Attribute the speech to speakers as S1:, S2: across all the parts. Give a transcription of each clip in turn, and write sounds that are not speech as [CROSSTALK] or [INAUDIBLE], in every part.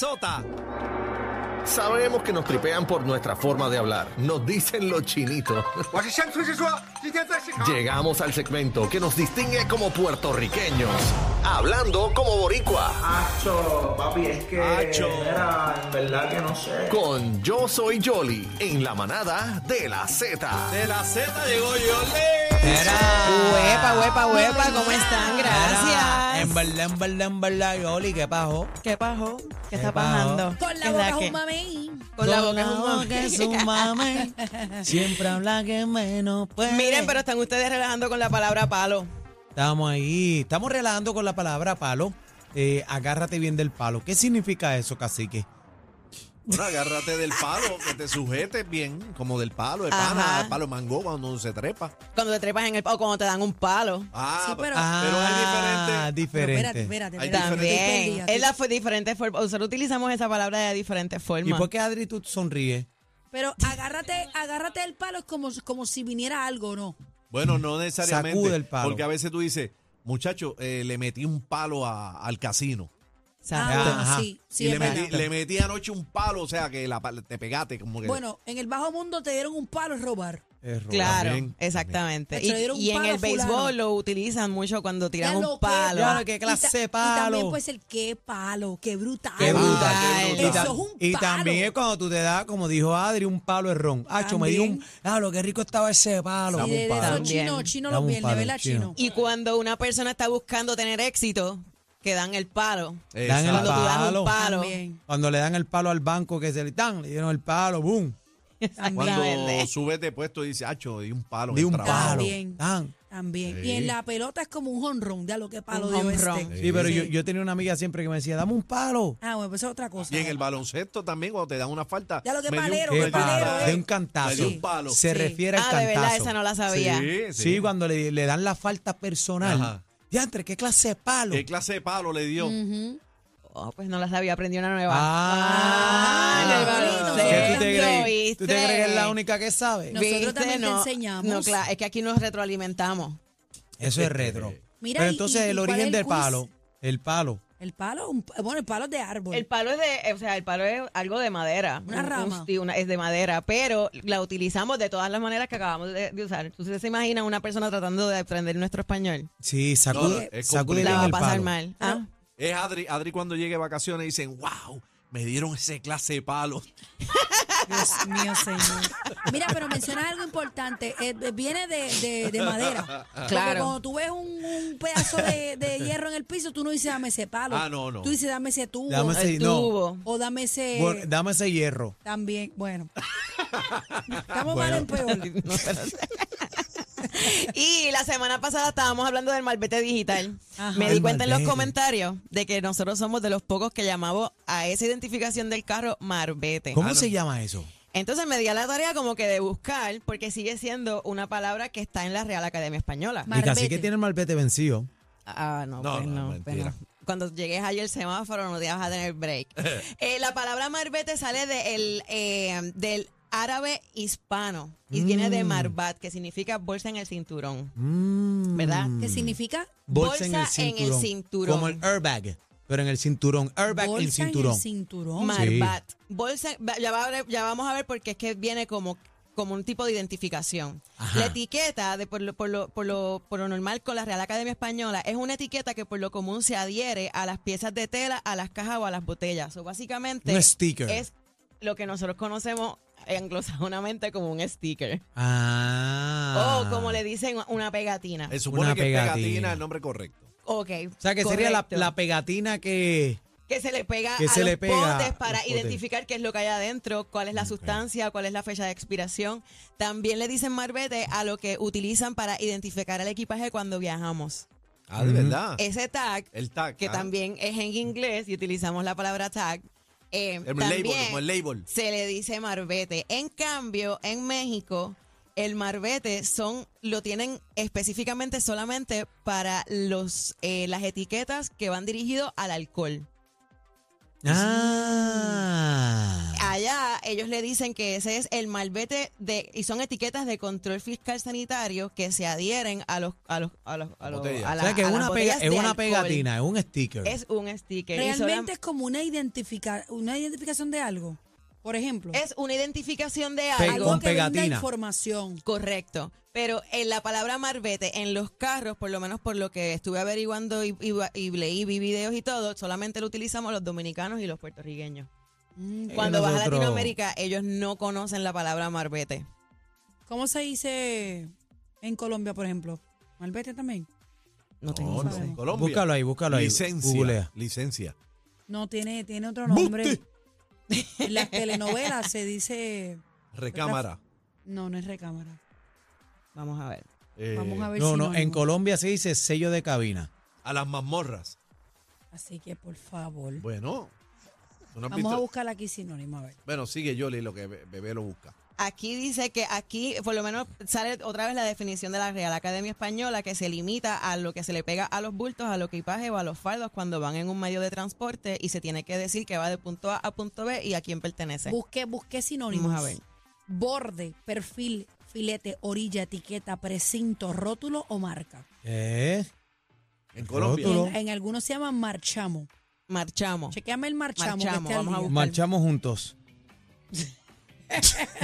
S1: Sota.
S2: Sabemos que nos tripean por nuestra forma de hablar. Nos dicen los chinitos.
S3: 我是乡村之说，今天在市场。
S2: Llegamos al segmento que nos distingue como puertorriqueños. Hablando como boricua.
S4: Acho, papi, es que
S1: Acho.
S4: mira, en verdad que no sé.
S2: Con Yo Soy Jolly en la manada de la Z.
S1: De la Z llegó Yole.
S5: Huepa, huepa, huepa, ¿cómo
S6: Ah,
S5: están?
S7: Mira, En
S5: Gracias.
S7: verdad, en verdad, en verdad, Yoli, ¿qué pajo?
S5: ¿Qué pajo? ¿Qué está
S7: ¿Qué pajo?
S5: pasando?
S6: Con la
S5: ¿Qué
S6: boca
S5: que-
S6: es un mamey.
S5: Con la boca es un mamey.
S7: es
S5: [LAUGHS]
S7: un
S6: [LAUGHS]
S7: mamey. Siempre habla que menos puede.
S5: Miren, pero están ustedes relajando con la palabra palo.
S7: Estamos ahí, estamos relajando con la palabra palo. Eh, agárrate bien del palo. ¿Qué significa eso, cacique?
S8: Bueno, agárrate del palo, que te sujetes bien, como del palo de
S5: Ajá.
S8: pana, del palo mango cuando uno se trepa.
S5: Cuando te trepas en el palo, cuando te dan un palo.
S8: Ah,
S6: Sí, pero-
S7: Ah,
S6: Pero espérate,
S7: diferente.
S6: espérate,
S8: Hay
S6: espérate.
S5: También.
S6: Estoy
S5: Es
S6: perdida
S5: la
S6: aquí.
S5: fue diferente forma. Nosotros utilizamos esa palabra de diferentes
S7: ¿Y
S5: formas.
S7: por qué Adri tú sonríes?
S6: Pero agárrate, agárrate el palo es como, como si viniera algo, ¿no?
S8: Bueno, no necesariamente.
S7: Sacude el palo.
S8: Porque a veces tú dices, muchacho, eh, le metí un palo a- al casino.
S6: Ah, bueno,
S7: Ajá.
S6: sí, sí,
S8: y
S6: es
S8: le metí,
S6: verdad.
S8: le metí anoche un palo, o sea, que la, pa- te pegaste. Como que,
S6: Bueno, en el bajo mundo te dieron un palo es robar.
S7: Error.
S5: Claro,
S8: También,
S5: exactamente.
S6: también. Le dieron un
S5: Y, y en
S6: palo a
S5: el
S6: fulano.
S5: béisbol lo utilizan mucho cuando tiran
S6: Ya
S5: un
S6: lo
S5: palo.
S6: que-
S7: Claro, qué
S6: Y ta-
S7: clase de
S6: Y
S7: palo.
S6: también puede ser qué palo, qué brutal. Ah,
S7: Qué brutal.
S5: brutal.
S7: Y,
S6: Eso
S7: tam-
S6: es un
S7: y
S6: palo.
S7: también es cuando tú te das, como dijo Adri, un palo de ron. Acho, me dio un. Ah, lo que rico estaba ese palo.
S6: Y de, de
S7: compadre.
S6: esos
S5: También.
S6: chinos, chinos
S7: Dame
S6: los
S7: un
S6: viernes,
S7: palo,
S6: ¿verdad,
S7: chino?
S6: chino?
S5: Y cuando una persona está buscando tener éxito, que dan el palo.
S7: Dan el
S5: Cuando tú das
S7: palo.
S5: un palo. [LAUGHS]
S6: También.
S7: Cuando le dan el palo al banco que se le dan, le dieron el palo, boom.
S8: Cuando
S5: Exactamente.
S8: subes de puesto y dices, acho, di un palo. en
S7: Di
S8: el
S7: un
S8: trabajo".
S7: palo.
S6: También.
S7: Tan.
S6: También. Y en la pelota es como un honrón, ya lo que palo
S5: Un
S6: dio
S5: home
S6: este.
S5: run.
S7: Sí, pero yo, yo tenía una amiga siempre que me decía, dame un palo.
S6: Ah, bueno, pues es otra cosa.
S8: Y en el baloncesto también, cuando te dan una falta.
S6: Ya lo que
S8: me dio un-
S6: palero,
S8: me dio
S6: qué
S8: un
S6: palero,
S8: palo.
S6: eh.
S7: De un cantazo.
S8: Me dio un palo.
S7: Se
S6: Sí.
S7: refiere al
S5: Ah, de
S7: cantazo.
S5: verdad, esa no la sabía.
S8: Sí,
S7: Sí, cuando le, le dan la falta personal.
S8: Ajá.
S7: Diantre, ¿qué clase de palo?
S8: ¿Qué clase de palo le dio?
S5: Oh, pues no la sabía, aprendí una nueva.
S7: Ah,
S5: en el baloncesto.
S7: ¿Qué tú te crees?
S5: ¿Oíste?
S7: ¿Tú te crees que es la única que sabe?
S6: No. Nosotros
S5: ¿Viste?
S6: también te
S5: No,
S6: enseñamos.
S5: No, claro, es que aquí nos retroalimentamos.
S7: Eso es retro.
S6: Mira,
S7: pero
S6: y-
S7: entonces
S6: y- y
S7: el
S6: cuál
S7: origen
S6: es el
S7: del
S6: quiz?
S7: palo, el palo.
S6: El palo, un- bueno, el palo es de árbol.
S5: El palo es de, o sea, el palo es algo de madera.
S6: Una
S5: Un-
S6: rama.
S5: un- sí, una- es de madera, pero la utilizamos de todas las maneras que acabamos de, de usar. ¿Ustedes se imaginan una persona tratando de aprender nuestro español?
S7: Sí, sacude,
S8: No, es
S7: sacude
S5: La
S7: bien
S5: va a
S7: el
S5: pasar
S7: palo.
S5: mal. ¿ah?
S8: Es Adri, Adri cuando llegue de vacaciones dicen, wow, me dieron ese clase de
S7: [LAUGHS]
S8: palo.
S6: Dios mío, señor. Mira, pero mencionas algo importante. Eh, eh, viene de, de- de
S7: [LAUGHS]
S6: madera. Porque
S5: Claro.
S6: cuando tú ves un, un pedazo de, de hierro en el piso, tú no dices dame ese palo.
S8: Ah, no, no.
S6: Tú dices dame ese tubo.
S7: Dame ese-
S5: El
S7: no.
S5: tubo.
S6: O dame ese.
S7: Bueno, dame ese hierro.
S6: también.
S7: [LAUGHS]
S6: Bueno. Estamos mal en peor.
S5: [LAUGHS] No, pero- y la semana pasada estábamos hablando del malvete digital.
S6: Ajá.
S5: Me di
S7: El
S5: cuenta en
S7: malvete.
S5: los comentarios de que nosotros somos de los pocos que llamamos a esa identificación del carro marbete.
S8: Ah,
S7: ¿Cómo se llama eso?
S5: Entonces me di a la tarea como que de buscar, porque sigue siendo una palabra que está en la Real Academia Española.
S6: Ma- Malvete.
S7: Y casi que tiene el malvete vencido.
S5: Ah, no,
S8: No,
S5: pues
S8: no,
S5: no, pues
S8: mentira.
S5: no. Cuando llegues ahí al semáforo no te vas a tener break. Eh, la palabra marbete sale de el, eh, del árabe hispano y viene de marbat, que significa bolsa en el cinturón,
S7: Mm.
S5: ¿verdad?
S6: ¿Qué significa?
S7: Bolsa, en, el
S5: Bolsa en el
S7: cinturón,
S5: cinturón.
S7: Como el airbag, pero en el cinturón. Airbag
S6: Bolsa
S7: en cinturón.
S6: En el
S7: Oh,
S6: cinturón.
S5: Marbat. Bolsa, va- ya, va a ver- ya vamos a ver porque es que viene como, como un tipo de identificación.
S7: Ajá.
S5: La etiqueta, de por, lo, por, lo, por, lo, por lo normal con la Real Academia Española, es una etiqueta que por lo común se adhiere a las piezas de tela, a las cajas o a las botellas. O básicamente
S7: Un sticker.
S5: es lo que nosotros conocemos anglosajonamente como un sticker. O
S7: Ah.
S5: Oh, como le dicen una pegatina.
S8: Se supone
S7: Una
S8: que es
S7: pegatina.
S8: pegatina el nombre correcto.
S5: Ok.
S7: O sea, que sería la,
S5: correcto.
S7: la pegatina que...
S5: Que se le pega
S7: Que
S5: a
S7: se
S5: los
S7: le pega
S5: potes
S7: a
S5: para
S7: los potes.
S5: identificar qué es lo que hay adentro, cuál es la sustancia, cuál es la fecha de expiración. También le dicen marbete a lo que utilizan para identificar el equipaje cuando viajamos.
S8: Ah, de verdad.
S5: Ese tag,
S8: el tag.
S5: que
S8: ah.
S5: también es en inglés y utilizamos la palabra tag, eh,
S8: El
S5: también
S8: label, como el label.
S5: se le dice marbete. En cambio, en México, el marbete son lo tienen específicamente solamente para los eh, las etiquetas que van dirigidos al alcohol.
S7: Ah.
S5: Allá ellos le dicen que ese es el malvete de, y son etiquetas de control fiscal sanitario que se adhieren a los, a los, a los, a los-
S8: Botella.
S5: a
S7: O
S5: la-
S7: sea, que
S5: a
S7: es
S5: las
S7: una, pega-
S5: botellas
S7: es
S5: de
S7: una
S5: alcohol.
S7: pegatina, es un sticker.
S5: Es un sticker. y solam-
S6: Realmente es como una, identifica, una identificación de algo. Por ejemplo,
S5: es una identificación de
S7: Pe-
S5: algo.
S6: algo
S7: con
S6: que venga
S7: pegatina.
S6: información.
S5: Correcto. Pero en la palabra marbete, en los carros, por lo menos por lo que estuve averiguando y, y- y leí, vi videos y todo, solamente lo utilizamos los dominicanos y los puertorriqueños.
S6: Mm,
S5: Cuando vas a
S7: Eh, nosotros-
S5: Latinoamérica, ellos no conocen la palabra marbete.
S6: ¿Cómo se dice en Colombia, por ejemplo? Malvete también.
S5: No tengo
S8: No,
S5: idea.
S8: no,
S6: sabemos.
S8: Colombia.
S7: Búscalo ahí, búscalo ahí.
S8: Licencia.
S7: Googlea.
S8: Licencia.
S6: No, tiene, tiene otro nombre. [LAUGHS] En las telenovelas se dice.
S8: Recámara.
S6: No, no es recámara.
S7: Oh.
S5: Vamos a ver.
S8: Eh,
S6: Vamos a ver
S7: No,
S6: si
S7: no, en
S6: animo.
S7: Colombia se dice sello de cabina.
S8: a las mazmorras.
S6: Así que, por favor.
S8: Bueno. ¿tú no has
S6: Vamos a
S8: visto?
S6: buscar aquí sinónimo, a ver.
S8: Bueno, sigue Yoli lo que Be- Bebé lo busca.
S5: Aquí dice que aquí, por lo menos, sale otra vez la definición de la Real Academia Española que se limita a lo que se le pega a los bultos, a los equipajes o a los fardos cuando van en un medio de transporte y se tiene que decir que va de punto A a punto B y a quién pertenece.
S6: Busqué, busqué sinónimos.
S5: Vamos a ver.
S6: Borde, perfil, filete, orilla, etiqueta, precinto, rótulo o marca.
S7: ¿Eh?
S8: En Colombia.
S7: Rótulo.
S6: En, en algunos se llaman marchamo.
S5: Marchamos.
S6: Chequeame el marchamo. que
S5: Marchamo,
S6: esté al
S5: vamos a
S6: día.
S5: buscar.
S7: Marchamos juntos.
S6: [LAUGHS]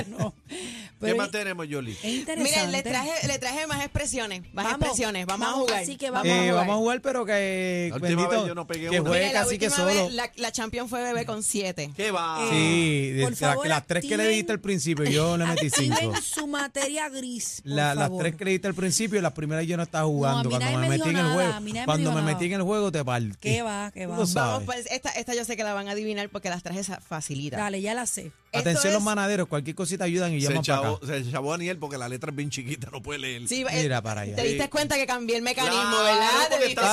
S6: No,
S8: ¿Qué
S6: pero
S8: más
S6: es- eh,
S8: tenemos, Yoli?
S6: es interesante.
S5: Miren, le traje, le traje más expresiones, más
S6: Vamos,
S5: expresiones. Vamos,
S6: vamos,
S5: a jugar.
S6: así que
S7: Eh, Vamos, a jugar, pero que
S8: La última
S7: bendito
S8: vez yo no pegué
S7: que
S8: una.
S7: juegue
S5: Mire, la
S7: casi que
S5: última
S7: solo.
S5: vez, la, la champion fue bebé con siete.
S8: ¿Qué
S6: eh,
S8: va?
S7: Sí, de-
S6: por
S7: la-
S6: favor,
S7: las tres que le
S6: activen-
S7: diste al principio, yo le metí cinco.
S6: Activen su materia gris. por
S7: La- las
S6: favor.
S7: tres que le diste al principio, las primeras yo no estaba jugando.
S6: No, a mí
S7: cuando
S6: nadie
S7: me
S6: me
S7: metí en
S6: dio
S7: el
S6: nada,
S7: juego,
S6: a mí nadie me
S7: cuando
S6: dio
S7: me
S6: nada.
S7: metí en el juego te partí.
S6: ¿Qué va, qué
S7: Tú
S6: va?
S7: lo
S5: Vamos,
S7: sabes.
S5: pues, esta, esta yo sé que la van a adivinar porque las traje esa- facilita.
S6: Dale, ya la sé.
S5: Esto
S7: Atención los
S5: es-
S7: manaderos, cualquier cosita ayudan y
S8: Se
S7: llaman para
S8: chavó,
S7: acá.
S8: se chavó a Aniel porque la letra es bien chiquita, no puede leer.
S5: Sí, eh,
S7: Mira para allá.
S5: Te diste cuenta que cambié el mecanismo,
S8: Claro,
S5: ¿verdad? Te
S8: porque
S5: diste
S8: está
S5: [LAUGHS]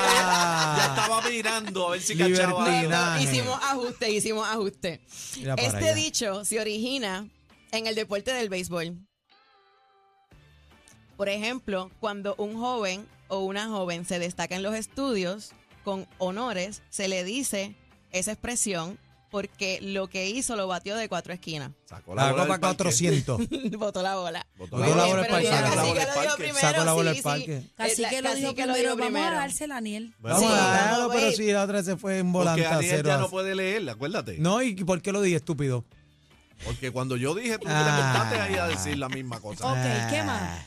S7: Ah.
S8: [LAUGHS] Ya estaba mirando a ver si cachaba. algo.
S7: Libertina.
S5: cuenta.
S7: haciendo-
S5: Hicimos ajuste, hicimos ajuste.
S7: Mira para
S5: Este
S7: allá.
S5: dicho se origina en el deporte del béisbol. Por ejemplo, cuando un joven o una joven se destaca en los estudios con honores, se le dice esa expresión porque lo que hizo lo batió de cuatro esquinas.
S8: Sacó
S7: La
S8: bola
S7: copa
S8: del parque.
S7: 400.
S5: [LAUGHS] Botó la bola.
S8: Botó
S5: Muy
S7: la
S5: bien,
S7: bola al
S5: pero
S7: parque.
S5: ya
S7: Sacó la
S5: casi
S8: bola
S5: que
S8: al
S5: lo dio
S8: parque.
S5: primero,
S7: Sacó la bola
S5: sí,
S7: al
S5: sí.
S7: parque.
S6: Así
S5: Eh,
S6: que lo
S5: cacique
S6: dijo primero. Vamos a dársela a Aniel.
S8: Bueno,
S7: [LAUGHS] Vamos
S5: Sí,
S7: a
S5: vamos,
S7: darlo, pero
S5: babe.
S7: si la otra se fue en
S8: Porque
S7: volanta
S8: Aniel
S7: cero.
S8: ya
S7: a-
S8: no puede leer, acuérdate.
S7: No, ¿y por qué lo dije, estúpido?
S8: Porque cuando yo dije, tú te
S7: Ah.
S8: montaste ahí a decir la misma cosa.
S6: Ok, ¿qué más?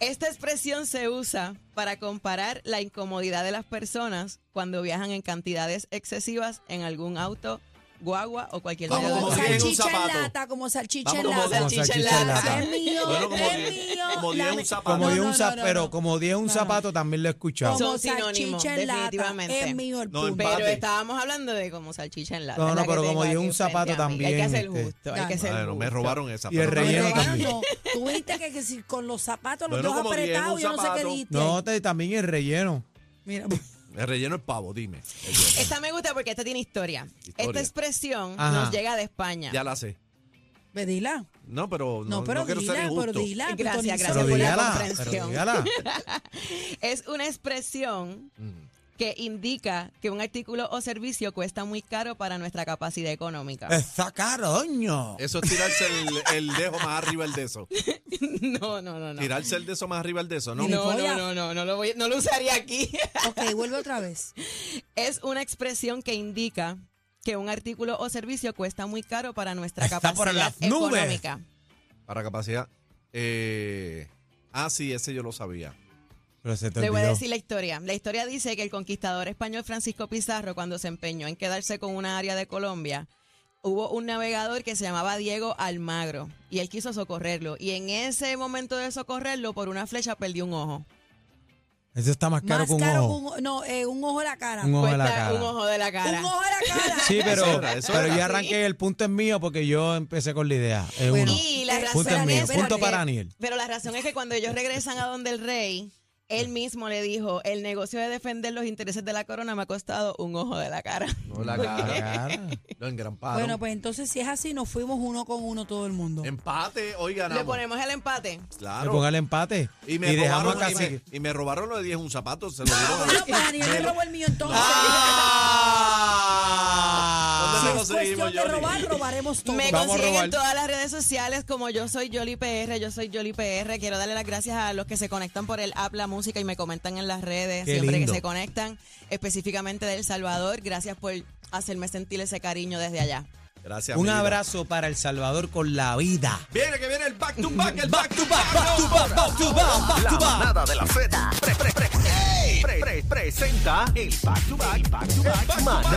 S5: Esta expresión se usa para comparar la incomodidad de las personas cuando viajan en cantidades excesivas en algún auto, guagua o cualquier
S8: Vamos,
S5: medio de
S8: como
S6: Como
S8: que
S5: transporte.
S8: tiene un
S6: salchicha en
S8: zapato.
S6: lata, como salchicha en
S8: Vamos, como
S6: lata.
S5: salchicha en
S6: Ese
S5: lata.
S6: Es mío,
S8: Bueno, como
S6: es
S8: die-
S6: mío.
S8: como die un
S6: Dame-
S8: zapato.
S7: Como
S6: Ah, No,
S7: dio
S6: no,
S7: un
S6: no,
S7: zap-
S6: no,
S7: pero
S6: no.
S7: como dio un
S6: No.
S7: zapato también lo he escuchado.
S6: Como
S5: Son sinónimos,
S6: salchicha en lata.
S5: definitivamente.
S6: Es mío el
S8: No,
S6: punto.
S5: Pero
S8: Empate.
S5: estábamos hablando de como salchicha en lata.
S7: No,
S5: es
S7: no,
S5: la que
S7: pero
S5: tengo
S7: como yo
S5: aquí
S7: un zapato
S5: frente a mí. Hay que
S7: también,
S5: hacer
S7: este.
S5: justo, hay que hacer
S8: Bueno, me
S5: justo.
S8: robaron esa.
S7: Y el
S8: pero-
S6: Pero
S7: relleno
S6: no,
S7: también.
S6: no, Tú viste que, que si con los zapatos, los
S8: Bueno,
S6: dos
S8: como die un
S6: apretados, yo no sé qué
S8: zapato.
S6: diste.
S7: No, te- también el relleno.
S6: Mira,
S8: El relleno es pavo, dime. El relleno.
S5: Esta me gusta porque esta tiene historia.
S8: Historia.
S5: Esta expresión
S7: Ajá.
S5: nos llega de España.
S8: Ya la sé.
S6: vedila.
S8: No, pero Pues no,
S6: No, pero
S8: no quiero ser
S6: dila, pero
S8: injusto.
S6: dila.
S5: Gracias,
S6: Pitonizo.
S5: gracias.
S7: Pero
S5: por la
S7: dígala, pero
S5: comprensión.
S7: dígala.
S5: Es una expresión
S7: Mm.
S5: que indica que un artículo o servicio cuesta muy caro para nuestra capacidad económica.
S7: Está caroño.
S8: Eso es tirarse el, el dejo más arriba el de eso.
S5: [LAUGHS] No, no, no, no.
S8: Tirarse el de eso más arriba el de eso, ¿no?
S5: No,
S6: Gilipollas.
S5: no, no, no, no lo, voy- no lo usaría aquí. [LAUGHS]
S6: Ok, vuelve otra vez.
S5: Es una expresión que indica que un artículo o servicio cuesta muy caro para nuestra
S7: Está
S5: capacidad
S7: por las nubes.
S5: económica.
S8: Para capacidad. Eh, ah, sí, ese yo lo sabía.
S7: Pero se te
S5: Le voy a
S7: olvidó.
S5: decir la historia. La historia dice que el conquistador español Francisco Pizarro, cuando se empeñó en quedarse con una área de Colombia, hubo un navegador que se llamaba Diego Almagro y él quiso socorrerlo. Y en ese momento de socorrerlo, por una flecha perdió un ojo.
S7: Eso está más caro
S6: Más
S7: que un
S6: caro
S7: ojo.
S6: que un, no, eh, un ojo a la cara.
S7: Un ojo de la
S5: Cuesta
S7: cara.
S5: Un ojo de la cara.
S6: Un ojo a
S7: [LAUGHS]
S6: la cara.
S7: Sí, pero,
S8: Eso era, eso
S7: pero
S8: era.
S7: yo arranqué, el punto es mío porque yo empecé con la idea. Es
S6: Bueno,
S7: uno.
S5: Y la
S6: Eh,
S5: razón
S7: Punto es mío,
S5: es-
S7: punto para Aniel.
S5: Pero la razón es que cuando ellos regresan a donde el rey, él mismo le dijo, el negocio de defender los intereses de la corona me ha costado un ojo de la cara.
S8: No la
S7: La
S8: cara.
S7: cara.
S8: Lo engramparon.
S6: Bueno, pues entonces si es así, nos fuimos uno con uno todo el mundo.
S8: Empate, hoy ganamos.
S5: Le ponemos el empate.
S7: Le
S8: Claro.
S7: ponga el empate.
S8: Y
S7: Y,
S8: me,
S7: dejamos
S8: robaron,
S7: casi.
S8: y, me, y me robaron los de 10 un zapato, se lo
S6: Ah,
S8: dieron a
S7: [LAUGHS] Ah,
S6: bueno, pues Daniel me robó el mío entonces.
S8: ¡Ah!
S6: Sí,
S8: ¿Dónde lo
S6: es cuestión
S8: seguimos,
S6: de
S8: Yoli.
S6: robar, robaremos todo.
S5: Me
S7: Vamos a
S5: consiguen
S7: robar.
S5: en todas las redes sociales como yo soy Yoli PR, yo soy Yoli PR. Quiero darle las gracias a los que se conectan por el app La Música y me comentan en las redes,
S7: Qué
S5: siempre
S7: lindo.
S5: que se conectan, específicamente de El Salvador. Gracias por hacerme sentir ese cariño desde allá.
S8: Gracias.
S7: Un
S8: amiguita.
S7: abrazo para El Salvador con la vida.
S8: Viene que viene el back to back, el back to back.
S7: Back to back, back to back, back
S2: La
S7: to back.
S2: manada de la Z pre- pre- pre- pre- pre- presenta el back to back, back to back, manada.